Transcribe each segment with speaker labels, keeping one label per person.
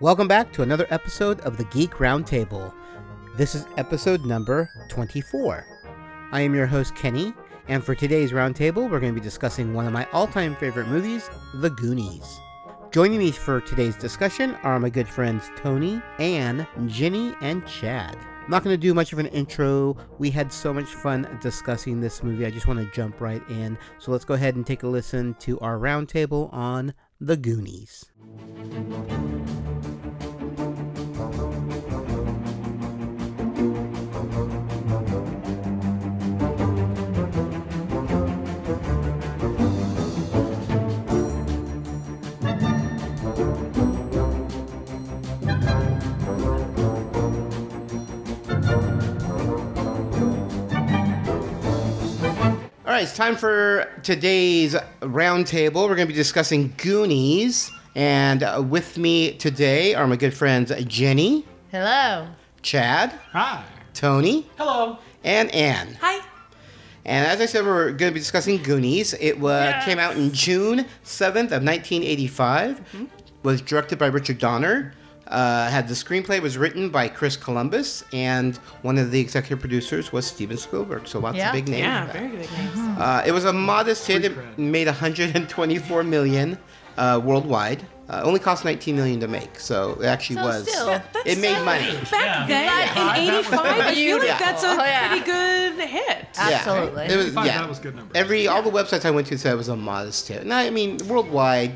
Speaker 1: Welcome back to another episode of the Geek Roundtable. This is episode number 24. I am your host, Kenny, and for today's roundtable, we're going to be discussing one of my all time favorite movies, The Goonies. Joining me for today's discussion are my good friends Tony, Anne, Ginny, and Chad. I'm not going to do much of an intro. We had so much fun discussing this movie. I just want to jump right in. So let's go ahead and take a listen to our roundtable on The Goonies. All right, it's time for today's roundtable. We're going to be discussing Goonies. And uh, with me today are my good friends Jenny,
Speaker 2: Hello.
Speaker 1: Chad,
Speaker 3: Hi.
Speaker 1: Tony,
Speaker 3: Hello.
Speaker 1: and Anne.
Speaker 2: Hi.
Speaker 1: And as I said, we're going to be discussing Goonies. It wa came out in June 7th of 1985,
Speaker 2: Mm-hmm.
Speaker 1: was directed by Richard Donner, uh, had the screenplay was written by Chris Columbus, and one of the executive producers was Steven Spielberg. So lots
Speaker 2: Yeah.
Speaker 1: of big names.
Speaker 4: Yeah,
Speaker 1: back.
Speaker 4: very big names.
Speaker 1: Uh, it was a modest hit. It
Speaker 3: Pre-cred.
Speaker 1: made 124 million uh, worldwide. Uh, only cost 19 million to make, so it actually
Speaker 2: So
Speaker 1: was.
Speaker 2: still- Yeah,
Speaker 4: that's
Speaker 1: it made
Speaker 4: so
Speaker 1: money.
Speaker 4: Back then,
Speaker 3: Yeah.
Speaker 4: in
Speaker 3: Yeah.
Speaker 4: '85, I feel like
Speaker 1: Yeah. Uh,
Speaker 4: that's a
Speaker 2: Oh, yeah.
Speaker 4: pretty good hit.
Speaker 2: Absolutely.
Speaker 1: Yeah. It was,
Speaker 3: Eighty-five,
Speaker 1: yeah.
Speaker 3: that was good numbers.
Speaker 1: Every all the websites I went to said it was a modest hit. No, I mean worldwide,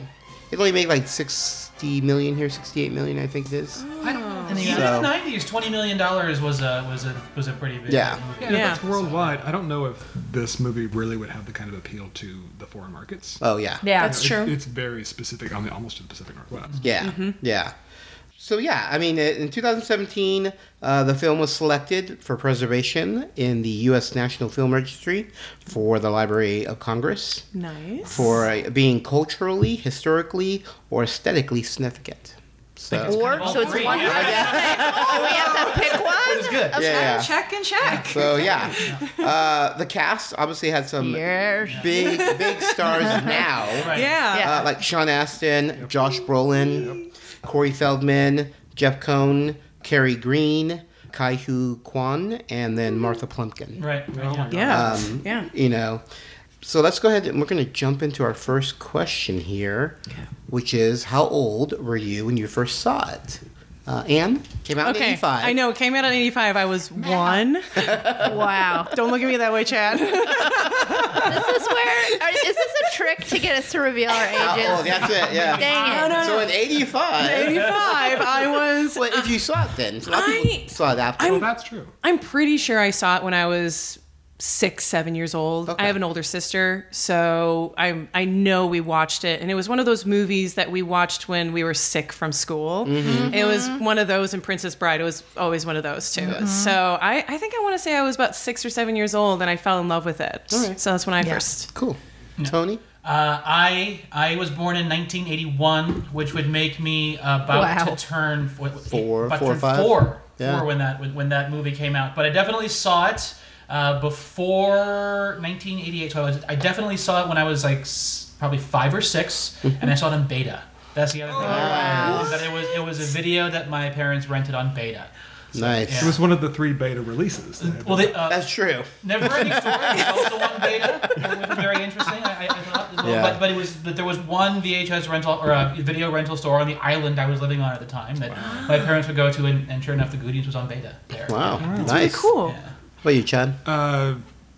Speaker 1: it only made like 60 million here, 68 million I think it is.
Speaker 2: Mm.
Speaker 3: I don't,
Speaker 2: And
Speaker 3: know.
Speaker 2: the
Speaker 3: yeah.
Speaker 5: Even
Speaker 1: So-
Speaker 5: in the nineties, twenty million dollars was a was a was a pretty big
Speaker 1: Yeah.
Speaker 5: movie.
Speaker 3: yeah,
Speaker 4: Yeah.
Speaker 3: That's worldwide. I don't know if this movie really would have the kind of appeal to the foreign markets.
Speaker 1: Oh yeah.
Speaker 2: Yeah.
Speaker 4: That's
Speaker 3: You know, it-
Speaker 4: true.
Speaker 3: It's very specific on the almost to the Pacific Northwest.
Speaker 1: Yeah, yeah. So yeah, I mean, in 2017, uh, the film was selected for preservation in the U.S. National Film Registry for the Library of Congress
Speaker 4: Nice.
Speaker 1: for uh, being culturally, historically, or aesthetically significant. So
Speaker 2: Or,
Speaker 5: kind of
Speaker 2: so
Speaker 5: all
Speaker 2: it's
Speaker 5: three.
Speaker 2: one.
Speaker 5: Yeah.
Speaker 2: Oh, we have to pick
Speaker 5: It
Speaker 2: one?
Speaker 5: was good.
Speaker 4: Okay,
Speaker 1: Yeah.
Speaker 4: Check and check.
Speaker 1: so yeah, uh, the cast obviously had some
Speaker 2: Yes.
Speaker 1: big big stars now.
Speaker 5: Right.
Speaker 4: Yeah.
Speaker 2: Yeah.
Speaker 1: uh, like Sean Astin, Josh Brolin, Corey Feldman, Jeff Cohn, Carrie Green, Kai Hu Kwan, and then Martha Plumpkin.
Speaker 5: Right. right,
Speaker 3: Oh my
Speaker 5: yeah.
Speaker 4: Yeah.
Speaker 1: Um,
Speaker 4: yeah.
Speaker 1: You know, so let's go ahead and we're going to jump into our first question here, which is how old were you when you first saw it? Uh, Anne came out in
Speaker 4: Okay.
Speaker 1: 85.
Speaker 4: I know. It came out in 85. I was one.
Speaker 2: Wow.
Speaker 4: Don't look at me that way, Chad.
Speaker 2: This is where, are, is this a trick to get us to reveal our ages?
Speaker 5: Oh,
Speaker 1: How old? Oh, That's it, yeah.
Speaker 2: Dang it.
Speaker 1: So in 85.
Speaker 4: 85. I was.
Speaker 1: Well, if you saw it then, a lot of people
Speaker 4: I-
Speaker 1: saw it after.
Speaker 3: Well, that's true.
Speaker 4: I'm pretty sure I saw it when I was six, seven years old.
Speaker 1: Okay.
Speaker 4: I have an older sister, so I I know we watched it, and it was one of those movies that we watched when we were sick from school.
Speaker 2: Mm-hmm.
Speaker 4: It was one of those, and Princess Bride was always one of those too.
Speaker 2: Mm-hmm.
Speaker 4: So I I think I want to say I was about six or seven years old, and I fell in love with it. So that's when I first.
Speaker 1: cool. Tony?
Speaker 5: Uh, I I was born in 1981, which would make me about
Speaker 2: Wow.
Speaker 5: to turn four,
Speaker 1: Four,
Speaker 5: about to
Speaker 1: four,
Speaker 5: turn
Speaker 1: five?
Speaker 5: four,
Speaker 1: Yeah.
Speaker 5: four when that when, when that movie came out. But I definitely saw it uh, before 1988. So I, was, I definitely saw it when I was like s- probably five or six, and I saw it on beta. That's the other
Speaker 1: Oh,
Speaker 5: thing. Is that it was it was a video that my parents rented on beta.
Speaker 1: Nice.
Speaker 3: It was one of the three beta releases. They had-
Speaker 5: Well, they, uh,
Speaker 1: That's true.
Speaker 5: Never ending story was also on beta. It was very interesting. I, I, I thought, as well.
Speaker 1: Yeah.
Speaker 5: but, but it was but there was one VHS rental or a video rental store on the island I was living on at the time that my parents would go to, and, and sure enough, the Goodies was on beta there.
Speaker 1: Wow. nice.
Speaker 4: Pretty cool.
Speaker 5: Yeah.
Speaker 1: What are you, Chad?
Speaker 3: uh,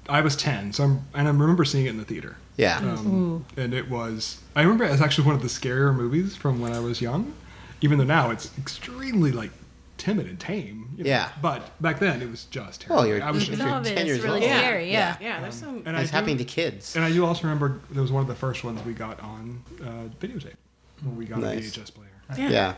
Speaker 3: I was 10, so I'm, and I remember seeing it in the theater.
Speaker 1: Yeah.
Speaker 3: Um, and it was, I remember it was actually one of the scarier movies from when I was young, even though now it's extremely like timid and tame. you know.
Speaker 1: Yeah.
Speaker 3: But back then it was just
Speaker 1: Well,
Speaker 3: terrible.
Speaker 1: you're,
Speaker 3: I was just,
Speaker 2: Some of it
Speaker 1: 10
Speaker 2: is
Speaker 1: years
Speaker 2: really
Speaker 1: old.
Speaker 4: Yeah.
Speaker 2: scary, yeah.
Speaker 4: Yeah, there's some.
Speaker 3: and I
Speaker 1: That's
Speaker 3: do-
Speaker 1: happening to kids.
Speaker 3: And I do also remember there was one of the first ones we got on uh, videotape when we got
Speaker 1: Nice.
Speaker 3: a VHS player.
Speaker 4: Yeah.
Speaker 1: Yeah.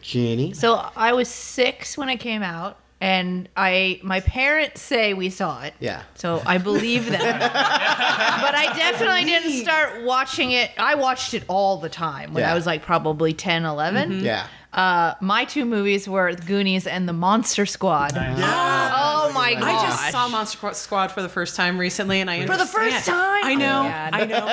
Speaker 1: Jeannie?
Speaker 2: So I was six when it came out, and I my parents say we saw it.
Speaker 1: Yeah.
Speaker 2: So I believe them. but I definitely didn't start watching it. I watched it all the time when
Speaker 1: Yeah.
Speaker 2: I was like probably 10, 11.
Speaker 1: Yeah.
Speaker 2: Uh, my two movies were Goonies and The Monster Squad.
Speaker 5: Nice.
Speaker 2: Oh Oh my god!
Speaker 4: I just saw Monster Qu- Squad for the first time recently, and I
Speaker 2: For the
Speaker 4: understand.
Speaker 2: first time?
Speaker 4: I know,
Speaker 2: Oh my
Speaker 4: I know.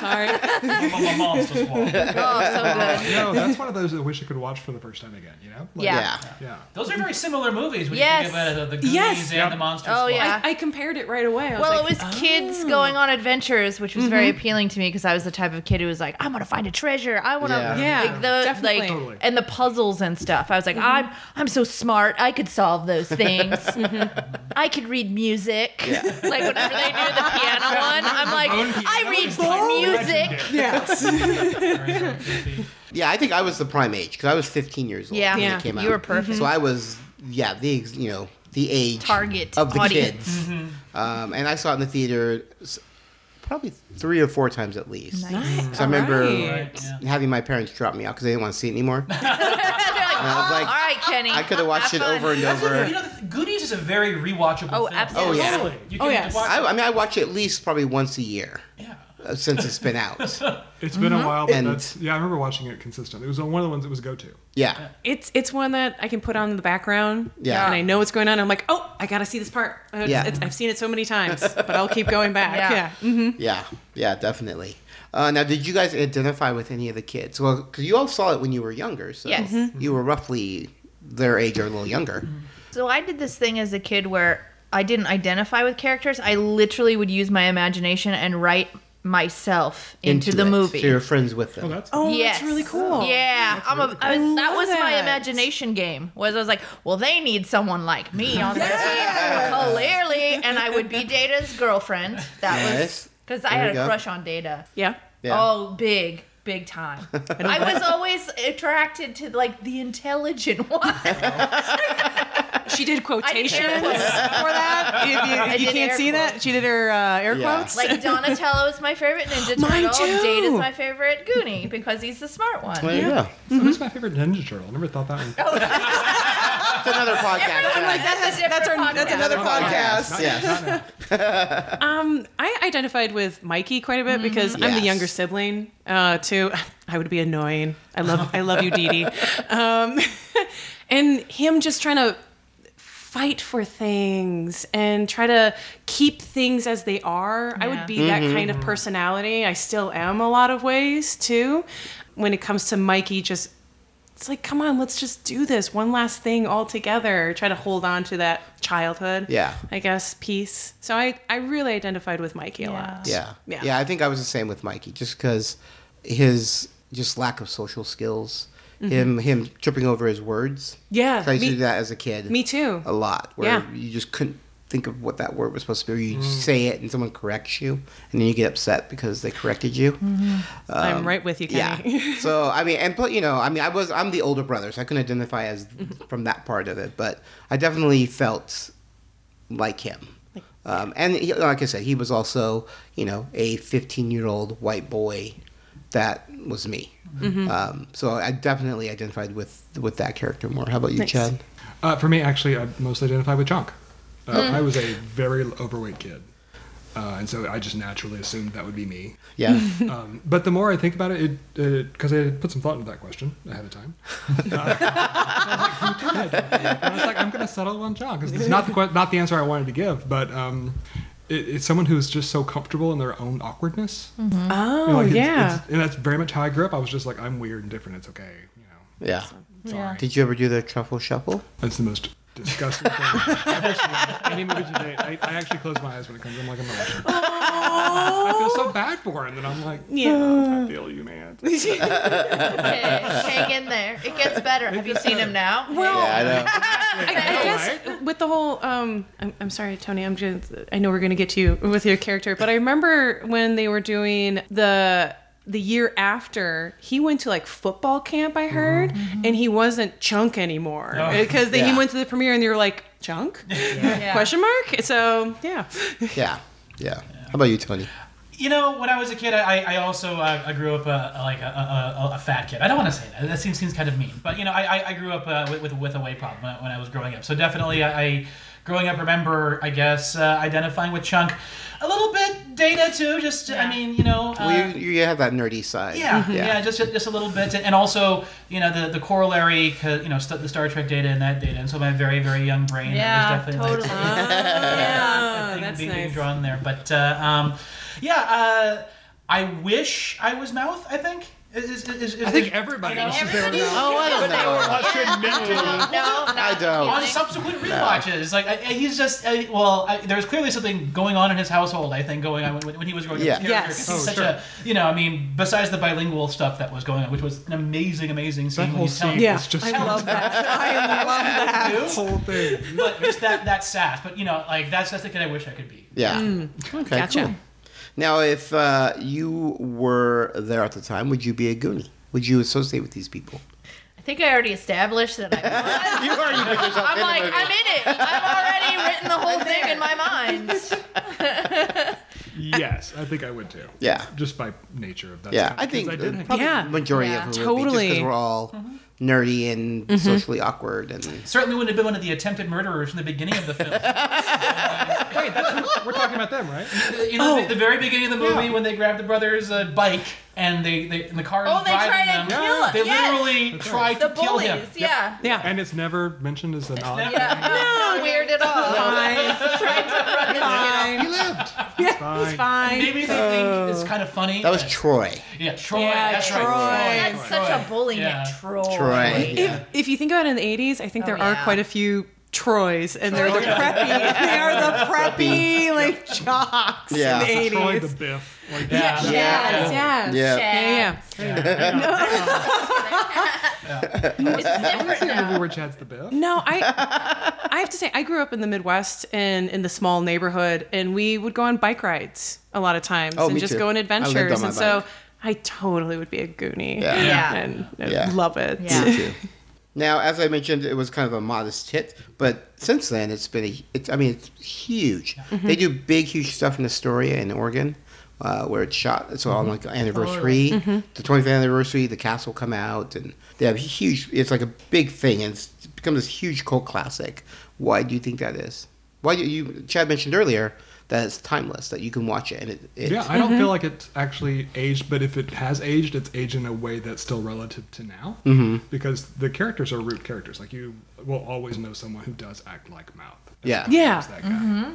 Speaker 4: Sorry.
Speaker 5: My- my mom's just walking.
Speaker 2: Oh, so good.
Speaker 3: No, that's one of those I wish I could watch for the first time again. You know? Like,
Speaker 2: Yeah.
Speaker 1: Yeah.
Speaker 3: Yeah.
Speaker 5: Those are very similar movies. When
Speaker 2: Yes.
Speaker 5: you think about it, the, the Goonies
Speaker 4: Yes.
Speaker 5: and the Monster
Speaker 2: Oh,
Speaker 5: Squad.
Speaker 2: yeah.
Speaker 4: I, I compared it right away. I was
Speaker 2: Well,
Speaker 4: like, "Oh." Mm-hmm.
Speaker 2: it was kids going on adventures, which was very appealing to me because I was the type of kid who was like, "I'm gonna find a treasure. I want to,
Speaker 1: Yeah.
Speaker 4: Yeah,
Speaker 2: like the
Speaker 4: definitely. Mm-hmm.
Speaker 2: like,
Speaker 3: Totally.
Speaker 2: and the puzzles and stuff." I was like, "I'm I'm so smart. I could solve those things.
Speaker 4: Mm-hmm.
Speaker 2: I could read music. like whenever they do the piano one, I'm like,
Speaker 3: Own piano
Speaker 2: I
Speaker 3: is
Speaker 2: read music.
Speaker 3: legendary.
Speaker 4: yes.
Speaker 5: Very, very goofy.
Speaker 1: Yeah, I think I was the prime age because I was 15 years old
Speaker 2: Yeah.
Speaker 1: when
Speaker 4: Yeah.
Speaker 1: it came out.
Speaker 2: You were perfect.
Speaker 1: So I was, yeah, the ex- you know the age
Speaker 2: Target
Speaker 1: of the
Speaker 2: audience.
Speaker 1: kids, um, and I saw it in the theater s- probably three or four times at least. So I remember
Speaker 4: Alright.
Speaker 1: having my parents drop me out because they didn't want to see it anymore.
Speaker 2: They're like,
Speaker 1: I was like,
Speaker 2: all right, Kenny.
Speaker 1: I could have watched it
Speaker 2: Have fun."
Speaker 1: over and
Speaker 5: You
Speaker 1: over.
Speaker 5: know, the- Goonies is a very rewatchable
Speaker 2: Oh,
Speaker 5: film.
Speaker 2: absolutely.
Speaker 1: Oh, yeah.
Speaker 5: Totally. You
Speaker 4: Oh,
Speaker 5: can
Speaker 4: yes.
Speaker 5: watch
Speaker 1: I,
Speaker 5: it.
Speaker 1: I mean, I watch it at least probably once a year
Speaker 5: yeah.
Speaker 1: uh, since it's been out.
Speaker 3: It's been a while, but
Speaker 1: Mm-hmm. And-
Speaker 3: that's, yeah, I remember watching it consistent. It was one of the ones that was go to.
Speaker 1: Yeah,
Speaker 4: It's it's one that I can put on in the background.
Speaker 1: Yeah.
Speaker 4: And I know what's going on. I'm like, oh, I gotta see this part. Uh,
Speaker 1: Yeah.
Speaker 4: it's- I've seen it so many times, but I'll keep going back.
Speaker 2: Yeah.
Speaker 4: Yeah. Mhm.
Speaker 1: yeah, yeah, definitely. Uh, now, did you guys identify with any of the kids? Well, because you all saw it when you were younger, so
Speaker 2: Yes.
Speaker 3: Mm-hmm.
Speaker 1: you were roughly their age or a little younger.
Speaker 2: So I did this thing as a kid where I didn't identify with characters. I literally would use my imagination and write myself into, the
Speaker 1: it,
Speaker 2: movie.
Speaker 1: So you're friends with them.
Speaker 3: Oh, that's
Speaker 4: Oh,
Speaker 2: Yes.
Speaker 4: that's really cool.
Speaker 2: Yeah, I'm a, I was,
Speaker 4: I
Speaker 2: that
Speaker 4: love
Speaker 2: was my
Speaker 4: that.
Speaker 2: imagination game. Was I was like, well, they need someone like me on their team, clearly, and I would be Data's girlfriend. That
Speaker 1: Yes.
Speaker 2: was because I
Speaker 1: There
Speaker 2: had
Speaker 1: you
Speaker 2: a
Speaker 1: go.
Speaker 2: crush on Data.
Speaker 4: Yeah.
Speaker 1: Yeah.
Speaker 2: Oh, big, big time. I was always attracted to like the intelligent one.
Speaker 4: She did quotations
Speaker 2: air
Speaker 4: for
Speaker 2: quotes.
Speaker 4: that. If you, if you
Speaker 2: did
Speaker 4: can't
Speaker 2: air
Speaker 4: see that,
Speaker 2: quotes.
Speaker 4: she did her uh, air
Speaker 1: Yeah.
Speaker 4: quotes.
Speaker 2: Like Donatello is my favorite Ninja
Speaker 4: Mine
Speaker 2: Turtle.
Speaker 4: too.
Speaker 2: Date is my favorite Goonie because he's the smart one.
Speaker 1: There you go.
Speaker 3: So who's my favorite Ninja Turtle? I never thought that one.
Speaker 2: Oh,
Speaker 1: It's another podcast.
Speaker 2: like, that's, a
Speaker 4: that's our-
Speaker 2: different
Speaker 4: that's
Speaker 2: podcast.
Speaker 1: another podcast.
Speaker 3: Not-
Speaker 1: yes.
Speaker 3: not now.
Speaker 4: Um, I identified with Mikey quite a bit
Speaker 2: Mm-hmm.
Speaker 4: because I'm
Speaker 1: Yes.
Speaker 4: the younger sibling uh, too. I would be annoying. I love I love you, Dee Dee. Um, and him just trying to fight for things and try to keep things as they are. I would be that
Speaker 1: Mm-hmm.
Speaker 4: kind of personality. I still am a lot of ways too. When it comes to Mikey, just it's like, come on, let's just do this one last thing all together. Try to hold on to that childhood.
Speaker 1: Yeah.
Speaker 4: I guess peace. So I, I really identified with Mikey a lot.
Speaker 1: Yeah.
Speaker 4: Yeah.
Speaker 1: yeah. I think I was the same with Mikey, just because his just lack of social skills, him him tripping over his words.
Speaker 4: Mm-hmm. Yeah,
Speaker 1: 'Cause I used to
Speaker 4: me-
Speaker 1: do that as a kid.
Speaker 4: me too.
Speaker 1: A lot, where
Speaker 4: Yeah. Mm.
Speaker 1: you just couldn't think of what that word was supposed to be. Or you say it and someone corrects you, and then you get upset because they corrected you.
Speaker 4: Mm-hmm.
Speaker 1: Um,
Speaker 4: I'm right with you,
Speaker 1: Yeah.
Speaker 4: Kenny.
Speaker 1: so I mean, and pl- you know, I mean, I was I'm the older brother, so I couldn't identify as from that part of it, but I definitely felt like him. Um, and he, like I said, he was also you know a 15 year old white boy that was me. Um, so I definitely identified with with that character more. How about you, Chad?
Speaker 3: Uh, for me, actually, I mostly identify with junk. Uh,
Speaker 2: Mm.
Speaker 3: I was a very overweight kid, uh, and so I just naturally assumed that would be me.
Speaker 1: Yeah,
Speaker 3: Um, but the more I think about it, it because I had put some thought into that question ahead of time, uh, I, was like, "Who did?" I was like, I'm going to settle on John because it's not the que- not the answer I wanted to give, but um, it, it's someone who's just so comfortable in their own awkwardness.
Speaker 4: Oh
Speaker 3: You know, like, it's-
Speaker 4: yeah.
Speaker 3: it's- and that's very much how I grew up. I was just like, I'm weird and different. It's okay, you know.
Speaker 1: yeah.
Speaker 3: Sorry.
Speaker 1: Did you ever do the truffle shuffle?
Speaker 3: That's the most disgusting thing I've ever seen. Any movie today, I, I actually close my eyes when it comes. I'm like, I'm not watching. I feel so bad for her, and then I'm like, "Oh,
Speaker 4: yeah.
Speaker 3: I feel you, man.
Speaker 2: Okay, hang in there. It gets better. Have you seen him now?
Speaker 4: Well,
Speaker 1: I know.
Speaker 4: I, I guess with the whole, um, I'm, I'm sorry, Tony. I'm just, I know we're gonna get to you with your character, but I remember when they were doing the the year after he went to like football camp. I heard, and he wasn't chunk anymore because then
Speaker 1: Yeah.
Speaker 4: he went to the premiere, and they were like chunk
Speaker 2: Yeah.
Speaker 4: question mark. So yeah,
Speaker 1: yeah, yeah. How about you, Tony?
Speaker 5: You know, when I was a kid, I, I also uh, I grew up uh, like a, a, a, a fat kid. I don't want to say that. That seems seems kind of mean. But you know, I, I- I grew up uh, with, with with a weight problem when I, when I was growing up. So definitely, I, I growing up remember I guess uh, identifying with Chunk a little bit Data too. Just I mean, you know. Uh,
Speaker 1: well, you, Mm-hmm. you have that nerdy side.
Speaker 5: yeah, yeah, just just a little bit, and also you know the the corollary, 'cause, you know st- the Star Trek data and that data, and so my very very young brain
Speaker 2: Yeah,
Speaker 5: was definitely like,
Speaker 2: totally. Oh,
Speaker 4: yeah,
Speaker 5: thing
Speaker 4: Oh, that's
Speaker 5: being, being
Speaker 4: nice.
Speaker 5: drawn there. But uh, um, yeah, uh, I wish I was mouth. I think. Is, is, is, is,
Speaker 3: I think everybody
Speaker 5: know,
Speaker 3: wishes they were now.
Speaker 1: Oh, I don't know.
Speaker 3: I
Speaker 2: No,
Speaker 1: I don't.
Speaker 5: on subsequent rewatches, like I, I- he's just I, well, I, there was clearly something going on in his household. I think going on when, when he was growing
Speaker 1: Yeah.
Speaker 5: up. As a character, 'cause
Speaker 4: Yes.
Speaker 5: he's
Speaker 3: Oh,
Speaker 5: such
Speaker 3: sure.
Speaker 5: a you know, I mean, besides the bilingual stuff that was going on, which was an amazing, amazing scene.
Speaker 3: That
Speaker 5: when
Speaker 3: whole
Speaker 5: he's telling
Speaker 3: scene
Speaker 5: you
Speaker 3: is just
Speaker 4: I love that. I love that.
Speaker 5: what to
Speaker 3: the
Speaker 5: do,
Speaker 3: whole thing.
Speaker 5: but just that that sass. But you know, like that's that's the kid I wish I could be.
Speaker 1: Yeah. Okay.
Speaker 4: gotcha.
Speaker 1: Cool. Now, if uh, you were there at the time, would you be a Goonie? Would you associate with these people?
Speaker 2: I think I already established that I.
Speaker 1: you already put yourself
Speaker 2: I'm
Speaker 1: in
Speaker 2: like,
Speaker 1: the movie.
Speaker 2: I'm in it. I've already written the whole thing in my mind.
Speaker 3: Yes, I think I would too.
Speaker 1: Yeah.
Speaker 3: Just by nature of that.
Speaker 1: yeah,
Speaker 3: kind of-
Speaker 1: I think
Speaker 3: 'cause I did hang-
Speaker 1: probably
Speaker 4: Yeah.
Speaker 1: the majority
Speaker 2: Yeah.
Speaker 1: of them would be just because
Speaker 4: Totally.
Speaker 1: we're all nerdy and socially awkward and
Speaker 5: Certainly wouldn't have been one of the attempted murderers from the beginning of the film.
Speaker 3: Wait, that's, we're talking about them, right?
Speaker 5: you know,
Speaker 3: Oh.
Speaker 5: the, the very beginning of the movie when they grab the brother's uh, bike and they, they and the car
Speaker 2: Oh,
Speaker 5: is
Speaker 2: they
Speaker 5: driving
Speaker 2: try to
Speaker 5: them.
Speaker 2: kill him.
Speaker 5: They
Speaker 2: Yes.
Speaker 5: literally
Speaker 3: That's
Speaker 5: try
Speaker 3: right.
Speaker 5: to
Speaker 2: The
Speaker 5: kill
Speaker 2: bullies.
Speaker 5: him.
Speaker 2: Yeah.
Speaker 4: Yeah.
Speaker 3: And it's never mentioned as an odd.
Speaker 5: Never-
Speaker 2: Not weird at all.
Speaker 4: Fine.
Speaker 3: He
Speaker 4: Fine.
Speaker 3: lived.
Speaker 4: Yeah, it's
Speaker 3: fine.
Speaker 4: fine.
Speaker 5: Maybe they think
Speaker 3: Oh.
Speaker 5: it's kind of funny.
Speaker 1: that was
Speaker 5: but-
Speaker 1: Troy.
Speaker 5: yeah, Troy.
Speaker 4: Yeah,
Speaker 5: that's
Speaker 4: Troy.
Speaker 5: right.
Speaker 2: That's such a bully
Speaker 5: Yeah.
Speaker 2: named Troy.
Speaker 1: Troy. Yeah.
Speaker 4: If, if you think about it in the 80s, I think
Speaker 2: Oh,
Speaker 4: there
Speaker 2: yeah.
Speaker 4: are quite a few Troys, and they're the preppy. they are the preppy, like, jocks
Speaker 1: Yeah.
Speaker 4: in the
Speaker 3: Troy
Speaker 4: 80s.
Speaker 3: the Biff. Like,
Speaker 5: Yeah.
Speaker 4: Yes,
Speaker 5: Yeah.
Speaker 4: yes.
Speaker 1: Yeah.
Speaker 4: Yeah,
Speaker 3: I've seen a movie where Chad's the Biff.
Speaker 4: No, I I have to say I grew up in the Midwest and in the small neighborhood and we would go on bike rides a lot of times
Speaker 1: Oh,
Speaker 4: and
Speaker 1: me
Speaker 4: just
Speaker 1: too.
Speaker 4: go on
Speaker 1: I lived on
Speaker 4: adventures and
Speaker 1: my
Speaker 4: so
Speaker 1: bike.
Speaker 4: I totally would be a goonie.
Speaker 1: Yeah.
Speaker 2: Yeah.
Speaker 4: And I'd
Speaker 1: Yeah.
Speaker 4: love it.
Speaker 2: Yeah.
Speaker 1: Me too. Now, as I mentioned, it was kind of a modest hit, but since then it's been a, it's, I mean, it's huge.
Speaker 2: Mm-hmm.
Speaker 1: They do big, huge stuff in Astoria in Oregon, uh, where it's shot.
Speaker 2: Mm-hmm.
Speaker 1: So on like anniversary, the 20th anniversary, the castle come out, and they have huge. It's like a big thing, and it's become this huge cult classic. Why do you think that is? Why do you? Chad mentioned earlier that it's timeless, that you can watch it, and it. it Mm-hmm.
Speaker 3: Yeah, I don't feel like it's actually aged, but if it has aged, it's aged in a way that's still relative to now. Mm-hmm. Because the characters are root characters. Like you will always know someone who does act like Mouth.
Speaker 1: Yeah.
Speaker 3: Everyone
Speaker 4: Yeah.
Speaker 3: knows that guy.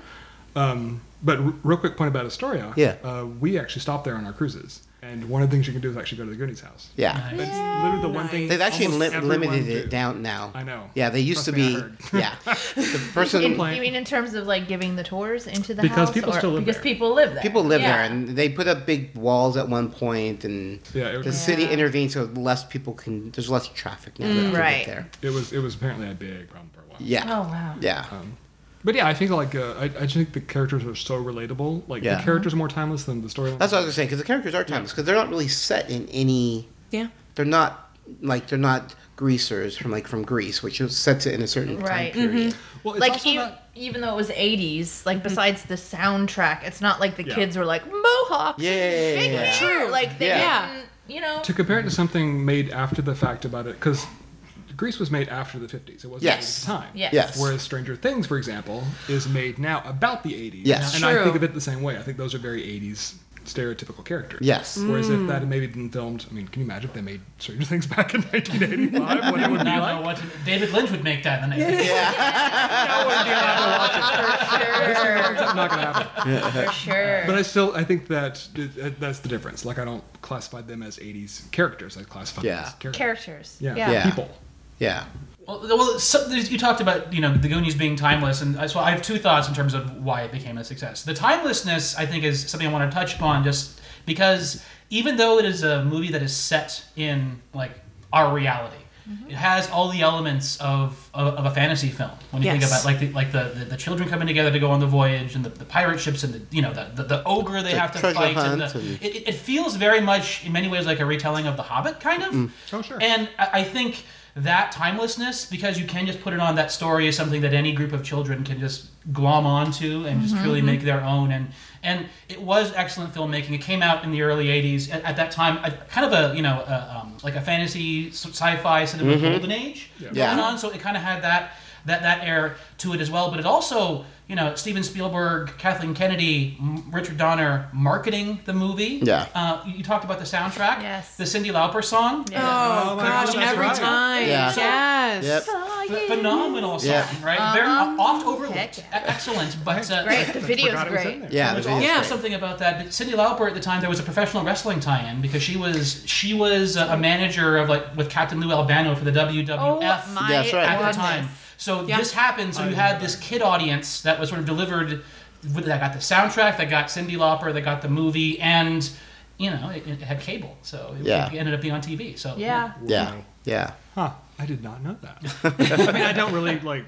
Speaker 3: Um, but r- real quick point about Astoria.
Speaker 1: Yeah.
Speaker 3: Uh, we actually stopped there on our cruises, and one of the things you can do is actually go to the Goonies house.
Speaker 1: yeah.
Speaker 3: But it's literally the one thing
Speaker 1: They've actually
Speaker 3: almost
Speaker 1: lim-
Speaker 3: everyone
Speaker 1: limited
Speaker 3: do.
Speaker 1: it down now.
Speaker 3: I know.
Speaker 1: Yeah, they used
Speaker 3: Trust
Speaker 1: to
Speaker 3: me,
Speaker 1: be.
Speaker 3: I heard.
Speaker 1: Yeah, the person
Speaker 2: In, you mean in terms of like giving the tours into the
Speaker 3: Because
Speaker 2: house?
Speaker 3: people
Speaker 2: or-
Speaker 3: still live
Speaker 2: because
Speaker 3: there.
Speaker 2: people live there.
Speaker 1: people live
Speaker 2: Yeah.
Speaker 1: there and they put up big walls at one point and
Speaker 3: Yeah, it-
Speaker 1: the city intervened so less people can there's less traffic now that can
Speaker 2: Mm,
Speaker 1: get
Speaker 2: right.
Speaker 1: there
Speaker 3: It was it was apparently a big problem for a while.
Speaker 1: yeah
Speaker 2: Oh wow.
Speaker 1: yeah
Speaker 3: But yeah, I think like uh, I, I just think the characters are so relatable. Like
Speaker 1: Yeah.
Speaker 3: the characters are more timeless than the storyline.
Speaker 1: that's what i was gonna say because the characters are timeless because they're not really set in any
Speaker 4: Yeah.
Speaker 1: they're not like they're not greasers from like from greece which is- sets it in a certain
Speaker 2: Right. Mm-hmm.
Speaker 1: time period
Speaker 3: Well, it's
Speaker 2: like
Speaker 3: also
Speaker 2: even,
Speaker 3: not-
Speaker 2: even though it was 80s, like besides the soundtrack, it's not like the
Speaker 3: Mm-hmm. Yeah.
Speaker 2: kids were like mohawks.
Speaker 1: Yeah, yeah, yeah,
Speaker 2: and big
Speaker 1: yeah, yeah.
Speaker 2: hair. Like they
Speaker 1: Yeah.
Speaker 2: didn't, you know.
Speaker 3: to compare it to something made after the fact about it because Greece was made after the 50s. It wasn't
Speaker 1: Yes.
Speaker 3: made at the time.
Speaker 2: Yes.
Speaker 1: yes
Speaker 3: Whereas Stranger Things, for example, is made now about the 80s.
Speaker 1: Yes.
Speaker 3: And
Speaker 4: True.
Speaker 3: I think of it the same way. I think those are very 80s stereotypical characters.
Speaker 1: Yes.
Speaker 3: Whereas if that had maybe been filmed, I mean, can you imagine if they made Stranger Things back in 1985? what it would be
Speaker 5: Now I know
Speaker 3: like?
Speaker 5: what to- David Lynch would make that in the night.
Speaker 2: For
Speaker 3: Not gonna happen.
Speaker 2: sure. For sure.
Speaker 3: But I still, I think that that- that's the difference. Like, I don't classify them as '80s characters. I classify
Speaker 1: Yeah.
Speaker 3: them as characters.
Speaker 2: Characters.
Speaker 3: yeah.
Speaker 1: Yeah.
Speaker 3: people.
Speaker 1: yeah
Speaker 5: Well, th- well so, there's- you talked about you know the Goonies being timeless, and I- so I have two thoughts in terms of why it became a success. The timelessness, I think, is something I want to touch upon, just because even though it is a movie that is set in like our reality, it has all the elements of, of of a fantasy film. When you think
Speaker 4: Yes.
Speaker 5: about like the, like the, the, the children coming together to go on the voyage, and the, the pirate ships, and the you know the, the, the ogre they
Speaker 1: The
Speaker 5: have to
Speaker 1: treasure
Speaker 5: fight, and,
Speaker 1: hunt
Speaker 5: the,
Speaker 3: Mm.
Speaker 1: and-
Speaker 5: It, it- it feels very much in many ways like a retelling of The Hobbit, kind of.
Speaker 3: Oh, sure.
Speaker 5: And I I think that timelessness, because you can just put it on that story, is something that any group of children can just glom onto and just really make their own. And and it was excellent filmmaking. It came out in the early '80s. At, at that time, a, kind of a you know a, um, like a fantasy s- sci-fi cinema
Speaker 3: Mm-hmm.
Speaker 5: golden age
Speaker 1: Yeah.
Speaker 5: going on. So it kind of had that that that air to it as well. But it also you know Steven Spielberg, Kathleen Kennedy, M- Richard Donner marketing the movie.
Speaker 1: Yeah.
Speaker 5: Uh, you talked about the soundtrack.
Speaker 2: Yes.
Speaker 5: The Cindy Lauper song.
Speaker 2: Yeah.
Speaker 4: Oh,
Speaker 3: my
Speaker 4: gosh,
Speaker 3: God, that's
Speaker 4: every
Speaker 3: right.
Speaker 4: time.
Speaker 1: Yeah.
Speaker 4: Yes.
Speaker 1: Yep.
Speaker 2: Oh,
Speaker 5: Ph- phenomenal song,
Speaker 1: Yeah.
Speaker 5: right? Very
Speaker 2: Um,
Speaker 5: oft overlooked,
Speaker 2: heck
Speaker 5: E- excellent, but uh,
Speaker 2: Great. The video's
Speaker 3: Forgot it was in
Speaker 2: great.
Speaker 3: there.
Speaker 1: Yeah,
Speaker 5: There's
Speaker 1: the
Speaker 5: also
Speaker 1: video's
Speaker 4: Yeah.
Speaker 1: great.
Speaker 5: something about that. But Cindy Lauper at the time there was a professional wrestling tie-in because she was she was a, a manager of like with Captain Lou Albano for the WWF
Speaker 2: Oh my
Speaker 1: That's right.
Speaker 5: at
Speaker 2: goodness.
Speaker 5: the time. So
Speaker 4: Yeah.
Speaker 5: this happened. So you had this kid audience that was sort of delivered. with- That got the soundtrack. That got Cindy Lauper. That got the movie, and you know it, it had cable, so it,
Speaker 1: Yeah.
Speaker 5: it ended up being on TV. So
Speaker 2: Yeah.
Speaker 1: Yeah, yeah.
Speaker 3: Huh. I did not know that. I mean, I don't really like.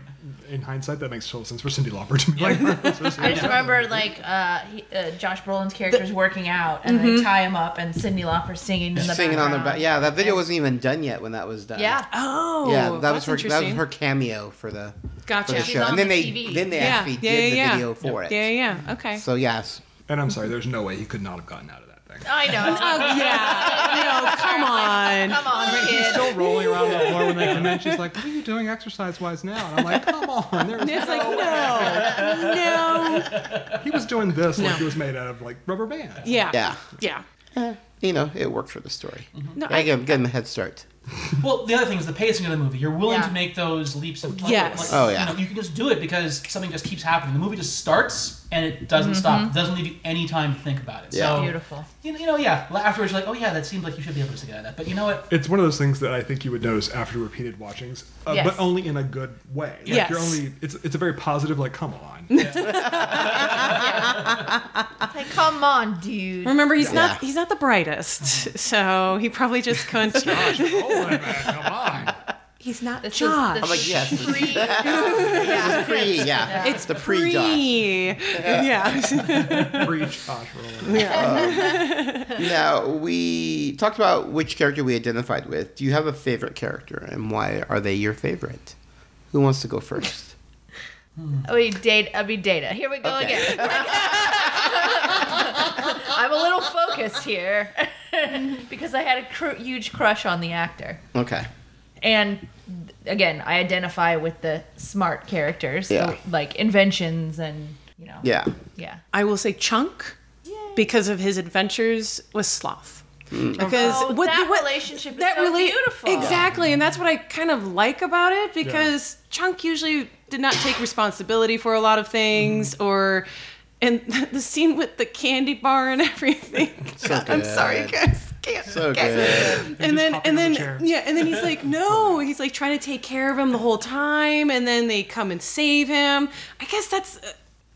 Speaker 3: In hindsight, that makes total sense for Cindy Lauper to be like.
Speaker 2: I just remember like uh, he, uh, Josh Brolin's character's working out, and they tie him up, and Cindy Lauper singing in the
Speaker 1: Singing on
Speaker 2: background.
Speaker 1: the back. Yeah, that video wasn't even done yet when that was done.
Speaker 2: Yeah.
Speaker 4: Oh,
Speaker 1: Yeah, that was
Speaker 4: that's
Speaker 1: her. That was
Speaker 4: interesting.
Speaker 1: her cameo for the for
Speaker 4: Gotcha.
Speaker 1: the
Speaker 4: She's
Speaker 1: show,
Speaker 2: on
Speaker 1: and then
Speaker 2: the
Speaker 1: they
Speaker 2: TV.
Speaker 1: then they
Speaker 4: Yeah.
Speaker 1: actually
Speaker 4: Yeah,
Speaker 1: did
Speaker 4: yeah, yeah.
Speaker 1: the video for it.
Speaker 4: Yeah, yeah, yeah. Okay.
Speaker 1: So yes,
Speaker 3: and I'm sorry, there's no way he could not have gotten out of that thing.
Speaker 2: I know.
Speaker 4: oh yeah. no, come on.
Speaker 2: Come on, kid.
Speaker 3: Still rolling around on the floor when they come in. She's like, "What are you doing exercise-wise now?" And I'm like, "Come on, there's
Speaker 4: It's like no, no.
Speaker 3: He was doing this
Speaker 4: No.
Speaker 3: like it was made out of like rubber bands.
Speaker 4: Yeah.
Speaker 1: Yeah.
Speaker 4: Yeah. Mm-hmm.
Speaker 1: you know it worked for the story.
Speaker 4: No,
Speaker 1: I give, give him a head start.
Speaker 5: Well, the other thing is the pacing of the movie. You're willing
Speaker 2: Yeah.
Speaker 5: to make those leaps of
Speaker 4: Yes.
Speaker 1: Oh, yeah.
Speaker 5: You, know, you can just do it because something just keeps happening. The movie just starts and it doesn't stop. It doesn't leave you any time to think about it.
Speaker 1: Yeah.
Speaker 5: So,
Speaker 2: Mm-hmm. Beautiful.
Speaker 5: You know, you know, yeah. la- Afterwards, you're like, oh yeah, that seems like you should be able to get out of that. But you know what?
Speaker 3: It's one of those things that I think you would notice after repeated watchings, uh,
Speaker 2: Yes.
Speaker 3: but only in a good way. Like
Speaker 4: Yes.
Speaker 3: you're only it's it's a very positive like come on.
Speaker 2: Like, come on, dude.
Speaker 4: Remember, he's
Speaker 1: Yeah.
Speaker 4: not he's not the brightest, so he probably just couldn't.
Speaker 3: Roll it, man, come on.
Speaker 4: he's not
Speaker 2: This
Speaker 4: Josh.
Speaker 2: is the
Speaker 1: I'm like, yes.
Speaker 2: Pre-
Speaker 1: It's pre, yeah. It's the pre Josh.
Speaker 4: Free. Yeah.
Speaker 3: Preach Josh roll it.
Speaker 1: Now we talked about which character we identified with. Do you have a favorite character, and why are they your favorite? Who wants to go first?
Speaker 2: we date. I mean, data. Here we go
Speaker 1: Okay.
Speaker 2: again. I'm a little focused here because I had a cr- huge crush on the actor.
Speaker 1: Okay.
Speaker 2: and again, I identify with the smart characters, so,
Speaker 1: Yeah.
Speaker 2: like inventions and you know,
Speaker 1: Yeah.
Speaker 2: yeah.
Speaker 4: I will say Chunk because of his adventures with Sloth.
Speaker 1: Hmm.
Speaker 4: Because
Speaker 2: Oh,
Speaker 4: what,
Speaker 2: that
Speaker 4: what-
Speaker 2: relationship is so beautiful.
Speaker 4: Exactly, and that's what I kind of like about it because Chunk usually did not take responsibility for a lot of things or. And the scene with the candy bar and everything.
Speaker 1: So
Speaker 4: I'm sorry,
Speaker 1: good.
Speaker 4: guys. Can't,
Speaker 1: So
Speaker 4: can't-
Speaker 1: good.
Speaker 4: and then
Speaker 3: hopping
Speaker 4: and
Speaker 3: on
Speaker 4: then
Speaker 3: the chair.
Speaker 4: yeah and then he's like no he's like trying to take care of him the whole time and then they come and save him i guess that's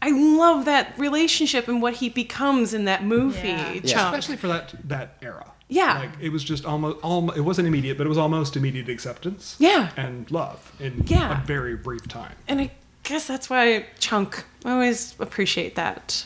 Speaker 4: i love that relationship and what he becomes in that movie
Speaker 2: Yeah.
Speaker 4: yeah.
Speaker 1: Yeah.
Speaker 3: Especially for that that era.
Speaker 4: Yeah.
Speaker 3: Like it was just almost almo it wasn't immediate, but it was almost immediate acceptance.
Speaker 4: Yeah.
Speaker 3: And love in
Speaker 4: Yeah.
Speaker 3: a very brief time.
Speaker 4: and i guess that's why chunk i always appreciate that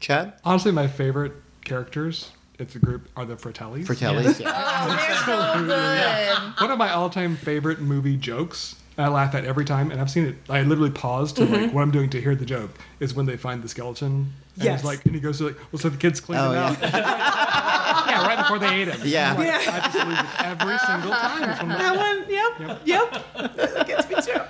Speaker 1: Chad
Speaker 3: Honestly, my favorite characters, it's a group, are the Fratellis.
Speaker 1: Fratelli's. Yeah.
Speaker 2: Oh, they're so good.
Speaker 3: One of my all-time favorite movie jokes. I laugh at every time, and I've seen it. I literally pause to like what I'm doing to hear the joke is when they find the skeleton. And
Speaker 4: Yes.
Speaker 3: he's like, and he goes to like, well, so the kids clean
Speaker 1: Oh,
Speaker 3: it
Speaker 1: yeah.
Speaker 3: out. Yeah. right before they ate him.
Speaker 1: Yeah.
Speaker 3: I'm like, I just lose it every single time. It's one of
Speaker 4: that one yep yep, gets me too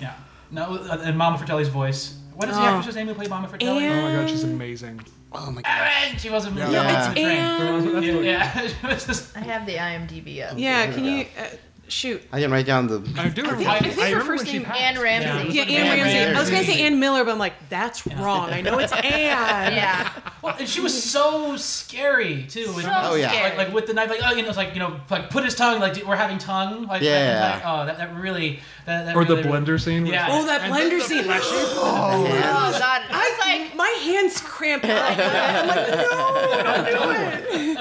Speaker 5: Yeah. No, uh, and Mama Fratelli's voice. What is the
Speaker 2: Oh.
Speaker 5: actress's name who played Mama Fratelli?
Speaker 3: my-
Speaker 4: And-
Speaker 3: oh my god, she's amazing.
Speaker 1: Oh my god.
Speaker 5: Erin! She wasn't moving.
Speaker 1: Yeah.
Speaker 5: the train.
Speaker 4: and
Speaker 5: Yeah, yeah. She was just-
Speaker 2: I have the IMDb up.
Speaker 4: yeah can you uh, shoot
Speaker 1: I didn't write down the.
Speaker 3: I do remember.
Speaker 5: I
Speaker 3: I,
Speaker 5: think
Speaker 4: her
Speaker 3: remember
Speaker 4: first
Speaker 3: when she
Speaker 4: name-
Speaker 3: passed.
Speaker 2: Anne Ramsey.
Speaker 4: yeah, Anne
Speaker 5: Ann
Speaker 4: Ramsey. I was gonna
Speaker 1: Ramsey.
Speaker 4: say Anne Miller, but I'm like, that's wrong. I know it's Anne.
Speaker 2: Yeah.
Speaker 5: Well, and she was so scary too. And,
Speaker 2: So
Speaker 1: Oh, yeah.
Speaker 2: scary.
Speaker 5: like, like with the knife, like oh, you know, it's like you know, like put his tongue, like we're having tongue, like
Speaker 1: Yeah.
Speaker 5: like, oh, that, that really, that, that
Speaker 3: Or the
Speaker 5: really-
Speaker 3: blender scene.
Speaker 5: Yeah.
Speaker 4: Oh, that blender scene.
Speaker 2: oh god. I
Speaker 4: I, my hands cramp up. I'm like, no, don't do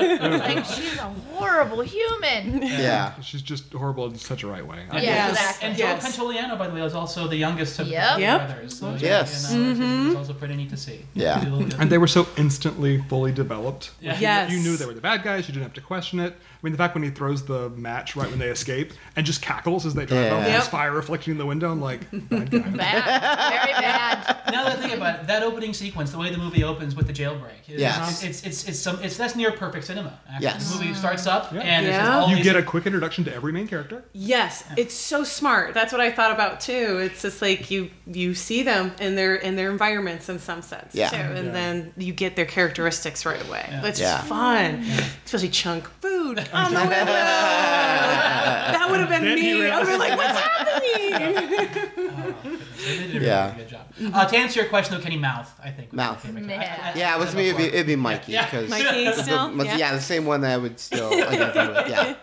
Speaker 4: it.
Speaker 2: was like, like she's a horrible human.
Speaker 1: Yeah.
Speaker 3: She's just horrible in such a right way.
Speaker 5: And-
Speaker 2: Yeah,
Speaker 5: and-
Speaker 2: exactly.
Speaker 5: And Joe
Speaker 4: Yes.
Speaker 5: Pantoliano, by the way, was also the youngest of
Speaker 2: Yep. Mm-hmm.
Speaker 5: the
Speaker 4: Yep.
Speaker 5: brothers. So,
Speaker 1: Yes.
Speaker 5: You know, it's- It's also pretty neat to see.
Speaker 1: Yeah.
Speaker 5: Do a little bit.
Speaker 3: And they were so instantly fully developed.
Speaker 5: Yeah.
Speaker 4: Yes.
Speaker 3: You knew they were the bad guys. You didn't have to question it. I mean, the fact when he throws the match right when they escape and just cackles as they drive
Speaker 1: Yeah.
Speaker 3: off, there's
Speaker 4: Yep.
Speaker 3: fire reflecting in the window. I'm like, bad guy.
Speaker 2: Bad. Very bad.
Speaker 5: now that I think about it, that opening sequence, the way the movie opens with the jailbreak, is,
Speaker 1: Yes.
Speaker 5: it's, it's it's some it's that's near perfect cinema. Actually.
Speaker 1: Yes.
Speaker 5: the movie starts up
Speaker 3: Yeah.
Speaker 5: and it's just
Speaker 4: Yeah.
Speaker 5: all
Speaker 3: You
Speaker 5: these-
Speaker 3: get a quick introduction to every main character.
Speaker 4: Yes, it's so smart. That's what I thought about too. It's just like you you see them in their in their environments in some sense
Speaker 1: Yeah.
Speaker 4: too, and
Speaker 3: Yeah.
Speaker 4: then you get their characteristics right away. It's
Speaker 1: Yeah.
Speaker 4: fun, especially chunk food on the window. that would have been
Speaker 3: Then he
Speaker 4: me. I would have been like, what's happening?
Speaker 5: They did a really,
Speaker 1: Yeah.
Speaker 5: really good job. Uh, to answer your question, though, Kenny Mouth, I think. was
Speaker 1: Mouth.
Speaker 5: my favorite.
Speaker 2: Meh.
Speaker 5: I- I-
Speaker 1: Yeah,
Speaker 5: I
Speaker 1: with
Speaker 5: said
Speaker 1: me it'd be,
Speaker 5: before.
Speaker 1: it'd be Mikey
Speaker 5: Yeah.
Speaker 1: because
Speaker 4: Mikey still?
Speaker 1: yeah.
Speaker 4: Yeah.
Speaker 1: the same one that I would still I can agree with. Yeah,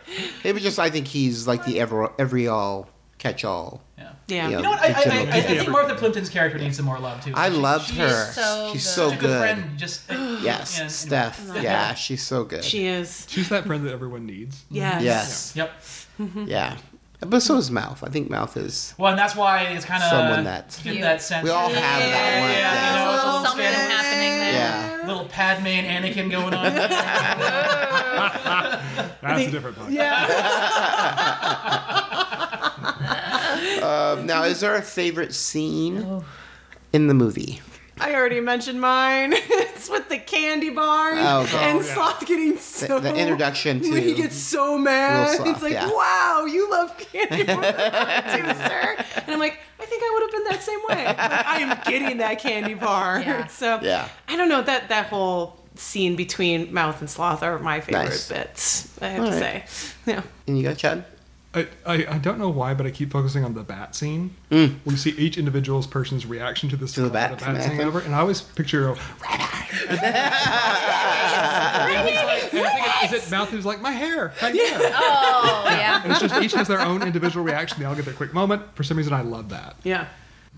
Speaker 1: maybe just I think he's like the ever every all catch all.
Speaker 5: Yeah.
Speaker 4: Yeah.
Speaker 1: Yeah.
Speaker 5: You know what? I, I, I, I, I
Speaker 3: Yeah.
Speaker 5: think Martha Plimpton's character needs some more love too.
Speaker 1: I
Speaker 5: She-
Speaker 1: loved
Speaker 5: she's
Speaker 1: her.
Speaker 2: so
Speaker 1: she's
Speaker 2: good.
Speaker 1: so
Speaker 5: Such a good,
Speaker 1: good.
Speaker 5: friend. Just
Speaker 1: Yes,
Speaker 5: Yeah, anyway.
Speaker 1: Steph. Yeah, she's so good.
Speaker 4: She is.
Speaker 3: She's that friend that everyone needs.
Speaker 4: Yes.
Speaker 1: yes,
Speaker 5: Yep.
Speaker 1: yeah. But so is Mouth. I think Mouth is.
Speaker 5: Well, and that's why it's kind of
Speaker 1: Someone that-
Speaker 5: you get that sense.
Speaker 1: We all have that one.
Speaker 5: Yeah.
Speaker 1: Yeah.
Speaker 2: There's a
Speaker 5: it's
Speaker 2: little
Speaker 5: all
Speaker 2: something
Speaker 5: scattered.
Speaker 2: happening there.
Speaker 1: Yeah.
Speaker 5: little Padme and Anakin going on.
Speaker 3: That's a different podcast.
Speaker 1: Um, now, is there a favorite scene in the movie?
Speaker 4: I already mentioned mine. it's with the candy barn
Speaker 1: Oh, God.
Speaker 4: and
Speaker 3: Oh, yeah.
Speaker 4: Sloth getting so
Speaker 1: the introduction to-
Speaker 4: he gets so mad.
Speaker 1: Sloth,
Speaker 4: it's like,
Speaker 1: yeah.
Speaker 4: wow, you love candy barn too, sir. And I'm like, I think I would have been that same way. Like, I am getting that candy barn.
Speaker 2: Yeah.
Speaker 4: So
Speaker 1: Yeah.
Speaker 4: I don't know that that whole scene between Mouth and Sloth are my favorite
Speaker 1: Nice.
Speaker 4: bits. I have
Speaker 1: All
Speaker 4: to
Speaker 1: right.
Speaker 4: say, yeah.
Speaker 1: And you got Chad?
Speaker 3: I, I, I don't know why, but I keep focusing on the bat scene. We see each individual person's reaction to this
Speaker 1: Mm. To the bat
Speaker 3: bat
Speaker 1: thing.
Speaker 3: scene over, and I always picture. And I think it- is it mouth who's like my hair, my hair?
Speaker 2: Oh yeah.
Speaker 3: And it's just each has their own individual reaction. They all get their quick moment. For some reason, I love that.
Speaker 4: Yeah.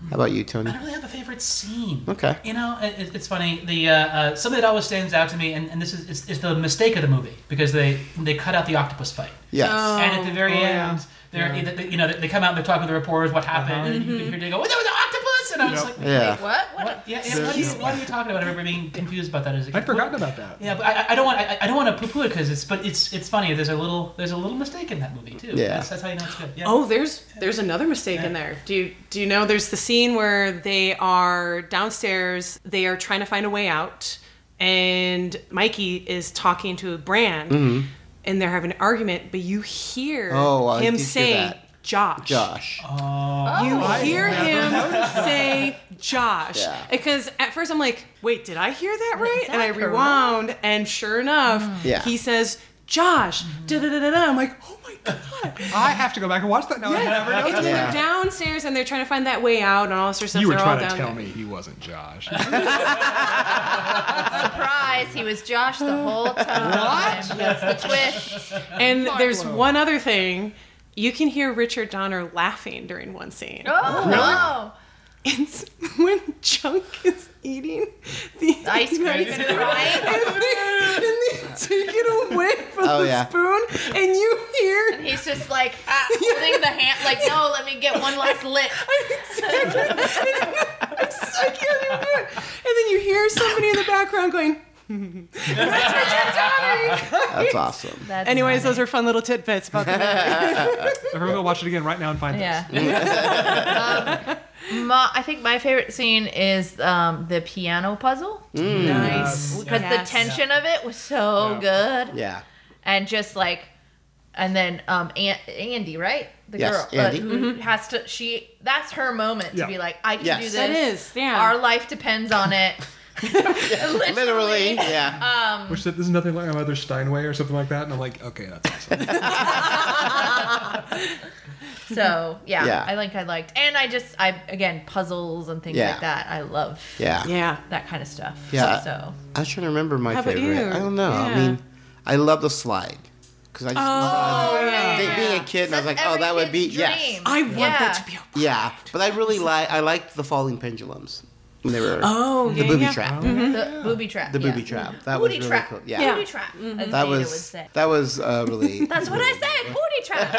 Speaker 1: How about you, Tony?
Speaker 5: I don't really have a favorite scene.
Speaker 1: Okay.
Speaker 5: You know, it, it- it's funny. The uh, uh, something that always stands out to me, and, and this is, is, is the mistake of the movie because they they cut out the octopus fight,
Speaker 1: Yes.
Speaker 5: and at the very
Speaker 3: Oh, yeah. Uh-huh. Mm-hmm.
Speaker 5: end, they're they, you know they, they come out and they're talking to the reporters what happened, and you can hear they go, "Well, there was an octopus," and I was
Speaker 3: Yep.
Speaker 5: like,
Speaker 1: yeah.
Speaker 2: What? What?
Speaker 5: "What? Yeah, yeah, what, are you, what are you talking about?" I remember being confused about that as a kid.
Speaker 3: I'd forgotten about that.
Speaker 5: Yeah, but I, I- I don't want I, I don't want to poo poo it because it's but it's it's funny. There's a little there's a little mistake in that movie too.
Speaker 1: Yeah.
Speaker 5: that's, that's how you know it's good. Yeah.
Speaker 4: Oh, there's there's another mistake in there. Do you do you know there's the scene where they are downstairs, they are trying to find a way out, and Mikey is talking to Brand and they're having an argument, but you hear
Speaker 1: Mm-hmm. Oh, I
Speaker 4: him
Speaker 1: did hear
Speaker 4: say
Speaker 1: that.
Speaker 4: Josh.
Speaker 1: Josh.
Speaker 2: Oh,
Speaker 4: You hear him say Josh.
Speaker 1: Yeah.
Speaker 4: Because at first I'm like, wait, did I hear that right?
Speaker 2: Is
Speaker 4: and I
Speaker 2: that correct?
Speaker 4: rewound, and sure enough,
Speaker 1: Mm. Yeah.
Speaker 4: he says, Josh.
Speaker 2: Mm-hmm.
Speaker 4: Da, da, da, da, da. I'm like, oh my God.
Speaker 3: I have to go back and watch that now. I never
Speaker 4: It's when
Speaker 3: noticed.
Speaker 1: Yeah.
Speaker 4: they're downstairs and they're trying to find that way out and all sorts of stuff.
Speaker 3: You were
Speaker 4: they're all
Speaker 3: trying to
Speaker 4: down
Speaker 3: tell
Speaker 4: there.
Speaker 3: me he wasn't Josh.
Speaker 2: Surprise! He was Josh the whole time. That's the twist.
Speaker 4: And there's one other thing. You can hear Richard Donner laughing during one scene.
Speaker 2: Oh no!
Speaker 4: It's when Chunk is eating the
Speaker 2: Ice cream and crying.
Speaker 4: And they, and they take it away from
Speaker 1: Oh,
Speaker 4: the
Speaker 1: yeah.
Speaker 4: spoon, and you hear
Speaker 2: He's just like ah, holding the hand, like no, let me get one last lick.
Speaker 4: I can't even do it. And then you hear somebody in the background going, "That's Richard Donner."
Speaker 1: That's awesome.
Speaker 2: That's
Speaker 4: Anyways, those are fun little tidbits about the
Speaker 3: Everyone go watch it again right now and find
Speaker 2: Yeah. um, my, I think my favorite scene is um, the piano puzzle
Speaker 4: nice
Speaker 2: because the tension of it was so good,
Speaker 1: Mm. Yeah.
Speaker 2: and just like, and then um, An- Andy, right? The
Speaker 1: Yes,
Speaker 2: girl
Speaker 1: Andy.
Speaker 2: Uh, who
Speaker 4: Mm-hmm.
Speaker 2: has to she that's her moment
Speaker 3: Yeah.
Speaker 2: to be like, I can
Speaker 1: Yes.
Speaker 2: do this.
Speaker 4: That is, yeah.
Speaker 2: Our life depends on it. Literally.
Speaker 1: Literally. Yeah.
Speaker 4: Uh,
Speaker 3: it. Which this is nothing like my mother Steinway or something like that. And I'm like, okay, that's awesome.
Speaker 2: So yeah,
Speaker 1: Yeah.
Speaker 2: I think I liked, and I just I again puzzles and things
Speaker 1: Yeah.
Speaker 2: like that. I love
Speaker 1: yeah.
Speaker 4: yeah.
Speaker 2: that kind of stuff.
Speaker 1: Yeah.
Speaker 2: So
Speaker 1: I was trying to remember my
Speaker 4: How about
Speaker 1: favorite.
Speaker 4: you?
Speaker 1: I don't know. I
Speaker 4: Yeah.
Speaker 1: mean, I love the slide because I just
Speaker 4: Oh, yeah.
Speaker 1: Be- being a kid, and I was like, oh, that would be yes,
Speaker 4: I want that to be a
Speaker 1: yeah. But I really like I liked the falling pendulums when they were
Speaker 4: Oh,
Speaker 1: the
Speaker 4: yeah,
Speaker 1: booby
Speaker 4: yeah.
Speaker 1: trap,
Speaker 2: the booby trap.
Speaker 1: the
Speaker 2: yeah.
Speaker 1: booby trap. That
Speaker 2: Booty
Speaker 1: was really
Speaker 2: trap.
Speaker 1: cool. Yeah,
Speaker 4: Yeah.
Speaker 2: Booty trap. As
Speaker 1: that
Speaker 2: Dana would
Speaker 1: was
Speaker 2: say.
Speaker 1: that was uh, really.
Speaker 2: That's what I said. Booty trap.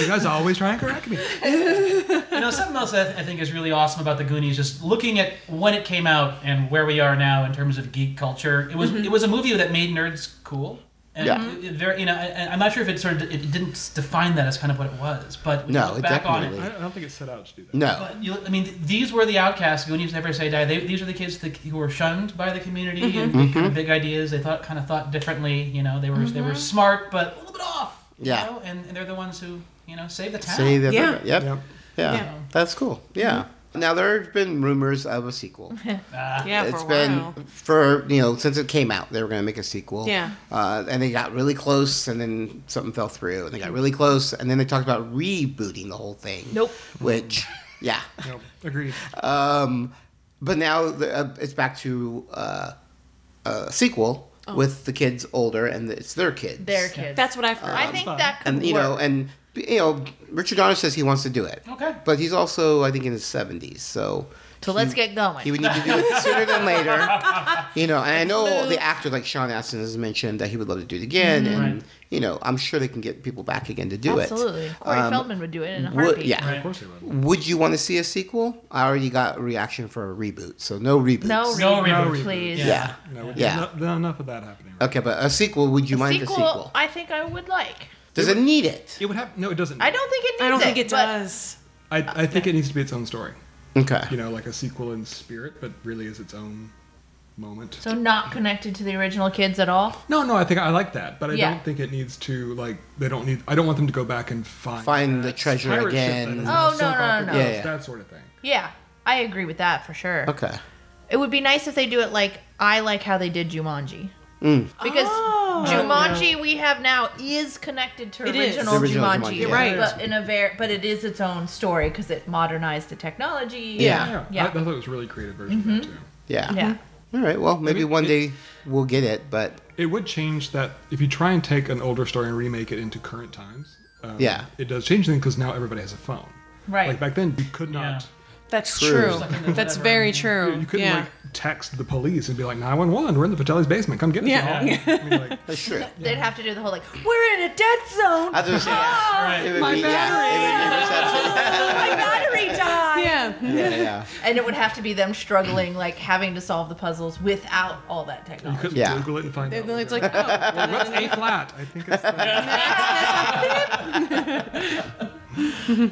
Speaker 3: you guys always try and correct me.
Speaker 5: You know, something else that I think is really awesome about the Goonies, just looking at when it came out and where we are now in terms of geek culture. It was it was a movie that made nerds cool. And
Speaker 1: Mm-hmm. Yeah.
Speaker 5: it- it very, you know, I, I'm not sure if it sort of it didn't define that as kind of what it was, but when you
Speaker 1: No,
Speaker 5: look
Speaker 1: it
Speaker 5: back on
Speaker 1: definitely-
Speaker 5: it.
Speaker 3: I I don't think it's set out to do that.
Speaker 1: No.
Speaker 5: But you, I mean, th- these were the outcasts. Goonies never say die. They, these are the kids that, who were shunned by the community
Speaker 1: Mm-hmm.
Speaker 5: and they kind of big ideas. They thought kind of thought differently. You know, they were they were smart but a little bit off. you
Speaker 1: Mm-hmm. Yeah.
Speaker 5: know, and, and they're the ones who you know save the town.
Speaker 1: Say that.
Speaker 4: Yeah. Mm-hmm.
Speaker 1: Yep. Yeah.
Speaker 3: Yeah.
Speaker 5: Yeah.
Speaker 1: That's cool. Yeah. Now there have been rumors of a sequel.
Speaker 5: Ah,
Speaker 4: Yeah,
Speaker 1: it's
Speaker 4: for a
Speaker 1: been
Speaker 4: while.
Speaker 1: for you know since it came out they were going to make a sequel.
Speaker 4: Yeah.
Speaker 1: Uh, and they got really close, and then something fell through, and they got really close, and then they talked about rebooting the whole thing.
Speaker 2: Nope.
Speaker 1: Which, yeah.
Speaker 3: No, agreed.
Speaker 1: Um, but now the, uh, it's back to uh, a sequel
Speaker 4: Oh.
Speaker 1: with the kids older, and it's their kids.
Speaker 2: Their kids.
Speaker 4: That's what I've heard.
Speaker 2: I think that could
Speaker 1: and you
Speaker 2: work.
Speaker 1: know, and you know, Richard Donner says he wants to do it.
Speaker 5: Okay.
Speaker 1: But he's also, I think, in his seventies, so.
Speaker 2: so let's
Speaker 1: he-
Speaker 2: get going.
Speaker 1: He would need to do it sooner than later. You know, and I know the actor like Sean Astin has mentioned that he would love to do it again, and
Speaker 5: Right.
Speaker 1: you know, I'm sure they can get people back again to do
Speaker 2: Absolutely.
Speaker 1: it.
Speaker 2: Corey
Speaker 1: Um,
Speaker 2: Feldman would do it in a heartbeat.
Speaker 1: Would, yeah.
Speaker 5: Right.
Speaker 3: Of course they would.
Speaker 1: Would you want to see a sequel? I already got a reaction for a reboot, so no reboot.
Speaker 2: No, re-
Speaker 5: No reboot.
Speaker 2: please.
Speaker 5: Yeah.
Speaker 1: Yeah.
Speaker 3: No,
Speaker 1: Yeah.
Speaker 3: yeah. No, enough of that happening. Right?
Speaker 1: Okay, but a sequel. Would you mind
Speaker 2: sequel,
Speaker 1: a sequel?
Speaker 2: I think I would like.
Speaker 1: Does it need it?
Speaker 3: It would have no. It doesn't.
Speaker 2: I don't think it needs
Speaker 4: I don't think it
Speaker 2: but
Speaker 4: does.
Speaker 3: I, I think it needs to be its own story.
Speaker 1: Okay.
Speaker 3: You know, like a sequel in spirit, but really is its own moment.
Speaker 2: So not connected to the original kids at all.
Speaker 3: No, no, I think I like that, but I
Speaker 2: Yeah.
Speaker 3: don't think it needs to like. They don't need. I don't want them to go back and find
Speaker 1: Find
Speaker 3: that
Speaker 1: the treasure
Speaker 3: pirate ship
Speaker 1: again.
Speaker 3: that is
Speaker 1: Oh,
Speaker 2: no,
Speaker 3: now sunk
Speaker 2: no,
Speaker 3: off
Speaker 2: no,
Speaker 3: the
Speaker 2: no.
Speaker 1: Yeah,
Speaker 3: coast,
Speaker 1: yeah.
Speaker 3: That sort of thing.
Speaker 2: Yeah, I agree with that for sure.
Speaker 1: Okay.
Speaker 2: It would be nice if they do it like I like how they did Jumanji.
Speaker 1: Mm.
Speaker 2: Because Jumanji we have now is connected to
Speaker 4: It is.
Speaker 2: original,
Speaker 1: The original
Speaker 2: Jumanji,
Speaker 1: Jumanji, You're
Speaker 4: yeah. right.
Speaker 2: But in a very, but it is its own story because it modernized the technology.
Speaker 1: Yeah.
Speaker 3: Yeah,
Speaker 2: Yeah. Mm-hmm.
Speaker 3: I, I thought it was a really creative version of that too.
Speaker 1: Yeah.
Speaker 2: yeah.
Speaker 1: All right. Well, maybe
Speaker 3: Maybe
Speaker 1: one
Speaker 3: it-
Speaker 1: day we'll get it, but
Speaker 3: It would change that if you try and take an older story and remake it into current times. Um,
Speaker 1: Yeah.
Speaker 3: it does change things because now everybody has a phone.
Speaker 2: Right.
Speaker 3: Like back then, you could not.
Speaker 4: That's
Speaker 1: True.
Speaker 4: true.
Speaker 5: Stuck in the
Speaker 4: That's
Speaker 5: whatever.
Speaker 4: very true.
Speaker 3: You couldn't
Speaker 4: yeah.
Speaker 3: like text the police and be like, 911, we're in the Vitelli's basement, come get us.
Speaker 4: Yeah.
Speaker 3: y'all." I mean, like,
Speaker 1: that's true.
Speaker 2: They'd have to do the whole like we're in a dead zone.
Speaker 1: I was gonna say,
Speaker 5: All
Speaker 2: Ah,
Speaker 5: right.
Speaker 1: it would be, yeah,
Speaker 2: Oh, my battery died.
Speaker 1: it
Speaker 4: yeah.
Speaker 1: would be reception. yeah, yeah.
Speaker 2: And it would have to be them struggling, like having to solve the puzzles without all that
Speaker 3: you
Speaker 2: technology.
Speaker 3: couldn't
Speaker 1: Yeah.
Speaker 3: Google it and find out.
Speaker 4: And then it's like, oh, and
Speaker 3: What's
Speaker 4: then-
Speaker 3: A flat? I think it's the-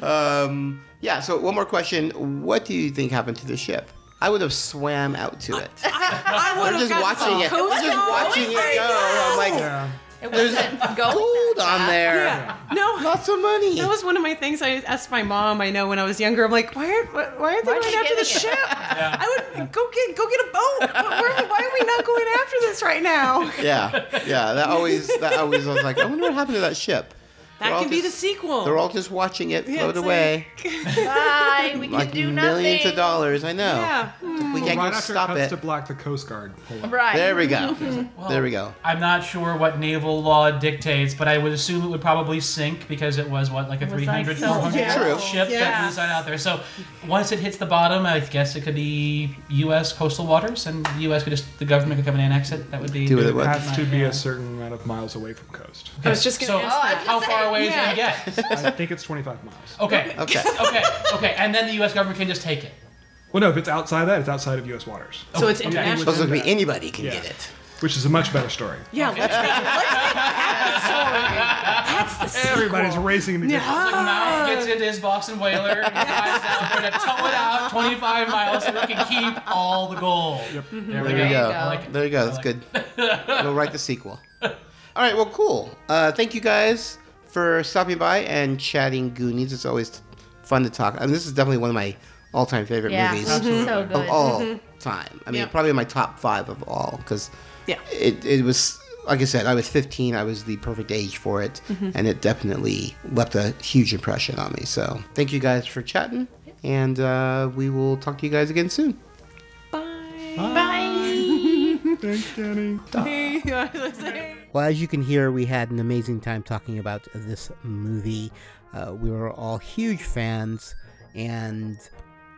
Speaker 1: Um, yeah. So one more question: What do you think happened to the ship? I would have swam out to it.
Speaker 4: I
Speaker 1: We're
Speaker 4: would
Speaker 1: just watching it. We're just watching it go. I'm like,
Speaker 3: yeah.
Speaker 2: It
Speaker 1: there's
Speaker 2: wasn't going
Speaker 1: gold
Speaker 2: that
Speaker 1: on
Speaker 2: fast.
Speaker 1: there.
Speaker 4: Yeah. No,
Speaker 1: Lots of money.
Speaker 4: That was one of my things I asked my mom. I know when I was younger, I'm like, why are why- why are they
Speaker 2: Why are
Speaker 4: going
Speaker 2: you
Speaker 4: after
Speaker 2: getting
Speaker 4: the
Speaker 2: it?
Speaker 4: ship? I would go get go get a boat. Why are- why are we not going after this right now?
Speaker 1: Yeah, yeah. That always, that always I was like, I wonder what happened to that ship. They're
Speaker 4: That
Speaker 1: all
Speaker 4: can be the
Speaker 1: just-
Speaker 4: sequel.
Speaker 1: They're all just watching it
Speaker 4: Yeah,
Speaker 1: float
Speaker 4: it's
Speaker 1: away,
Speaker 2: Bye. We can
Speaker 1: like
Speaker 2: do nothing.
Speaker 1: millions of dollars. I know.
Speaker 4: Yeah.
Speaker 1: We
Speaker 3: Well,
Speaker 1: can't
Speaker 3: right
Speaker 1: go
Speaker 3: after
Speaker 1: stop
Speaker 3: it cuts
Speaker 1: it.
Speaker 3: to black, the Coast Guard pull up.
Speaker 2: Right.
Speaker 1: There we go. there we go.
Speaker 5: I'm not sure what naval law dictates, but I would assume it would probably sink because it was what like a
Speaker 2: was
Speaker 5: 300,
Speaker 2: like so
Speaker 5: 400
Speaker 1: Yeah. True.
Speaker 5: ship
Speaker 4: Yeah.
Speaker 5: that was out there. So once it hits the bottom, I guess it could be U.S. coastal waters, and the U.S. could just the government could come in and annex it. That would be
Speaker 1: Do with it
Speaker 3: It
Speaker 1: what?
Speaker 3: has to be a certain amount of miles away from coast.
Speaker 4: I was just gonna
Speaker 5: So
Speaker 4: ask that.
Speaker 5: how far away
Speaker 4: Yeah.
Speaker 5: is it gonna get?
Speaker 3: I think it's 25 miles.
Speaker 5: Okay.
Speaker 1: Okay.
Speaker 5: okay. Okay. And then the U.S. government can just take it.
Speaker 3: Well, no, if it's outside that, it's outside of U.S. waters,
Speaker 4: So it's
Speaker 5: Okay.
Speaker 4: international.
Speaker 1: Supposed to be anybody can
Speaker 3: Yeah.
Speaker 1: get it.
Speaker 3: which is a much better story.
Speaker 4: Yeah, let's make, let's make that the story. That's the sequel.
Speaker 3: Everybody's racing to get
Speaker 5: Like Mouth gets into his Boston Whaler and drives out there to tow it out 25 miles so we can keep all the gold. There, we
Speaker 1: There you go.
Speaker 5: I like it.
Speaker 1: There you go. That's good. we'll write the sequel. All right. Well, cool. Uh, thank you guys for stopping by and chatting Goonies. It's always fun to talk. And this is definitely one of my all-time favorite
Speaker 2: Yeah.
Speaker 1: movies
Speaker 2: Absolutely. Mm-hmm. So good.
Speaker 1: of all time. I mean,
Speaker 4: Yeah.
Speaker 1: probably my top five of all because
Speaker 4: Yeah.
Speaker 1: it it was. Like I said, I was 15. I was the perfect age for it, and it definitely left a huge impression on me. So, thank you guys for chatting, and uh, we will talk to you guys again soon.
Speaker 3: Thanks, Kenny.
Speaker 4: Bye.
Speaker 1: Well, as you can hear, we had an amazing time talking about this movie. Uh, we were all huge fans, and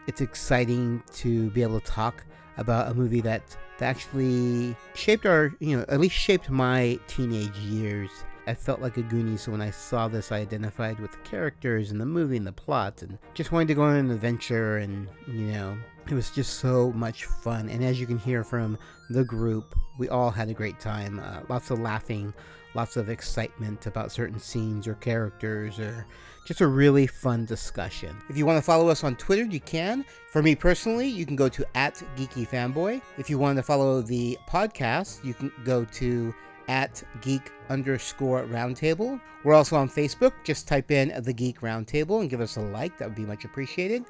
Speaker 1: it's exciting to be able to talk about a movie that, that actually shaped our, you know, at least shaped my teenage years. I felt like a Goonie, so when I saw this, I identified with the characters and the movie and the plot, and just wanted to go on an adventure. And you know, it was just so much fun. And as you can hear from the group, we all had a great time. Uh, lots of laughing, lots of excitement about certain scenes or characters, or just a really fun discussion. If you want to follow us on Twitter, you can. For me personally, you can go to at Geeky Fanboy. If you want to follow the podcast, you can go to at geek underscore roundtable. We're also on Facebook. Just type in the geek roundtable and give us a like. That would be much appreciated.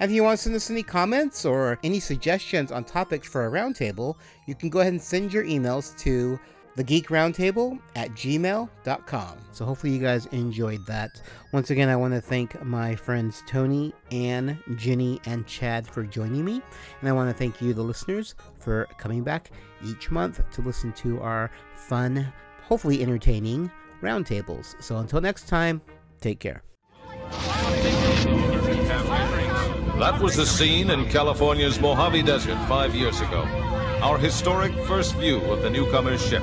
Speaker 1: And if you want to send us any comments or any suggestions on topics for a roundtable, you can go ahead and send your emails to thegeekroundtable at gmail.com. So hopefully you guys enjoyed that. Once again, I want to thank my friends Tony, Anne, Ginny, and Chad for joining me. And I want to thank you, the listeners, for coming back each month to listen to our fun, hopefully entertaining roundtables. So until next time, take care.
Speaker 6: That was the scene in California's Mojave Desert five years ago. Our historic first view of the newcomer's ship.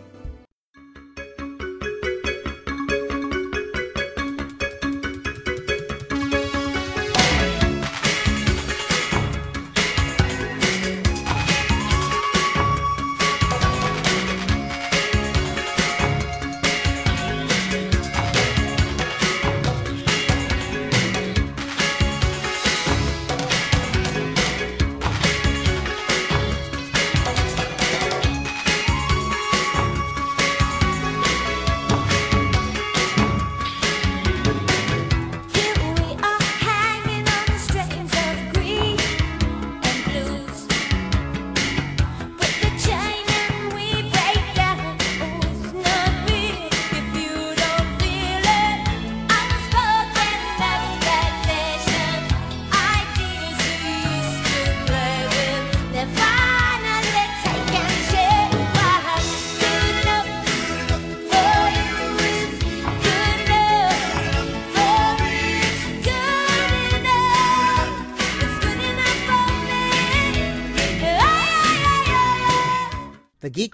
Speaker 7: Here we are hanging on the strings of green and blues. With the chain and we break down. Oh, it's not real if you don't feel it. Unspoken expectations, ideas we used to play with, they're finally taking shape. Good enough for you is good enough.
Speaker 1: The Geek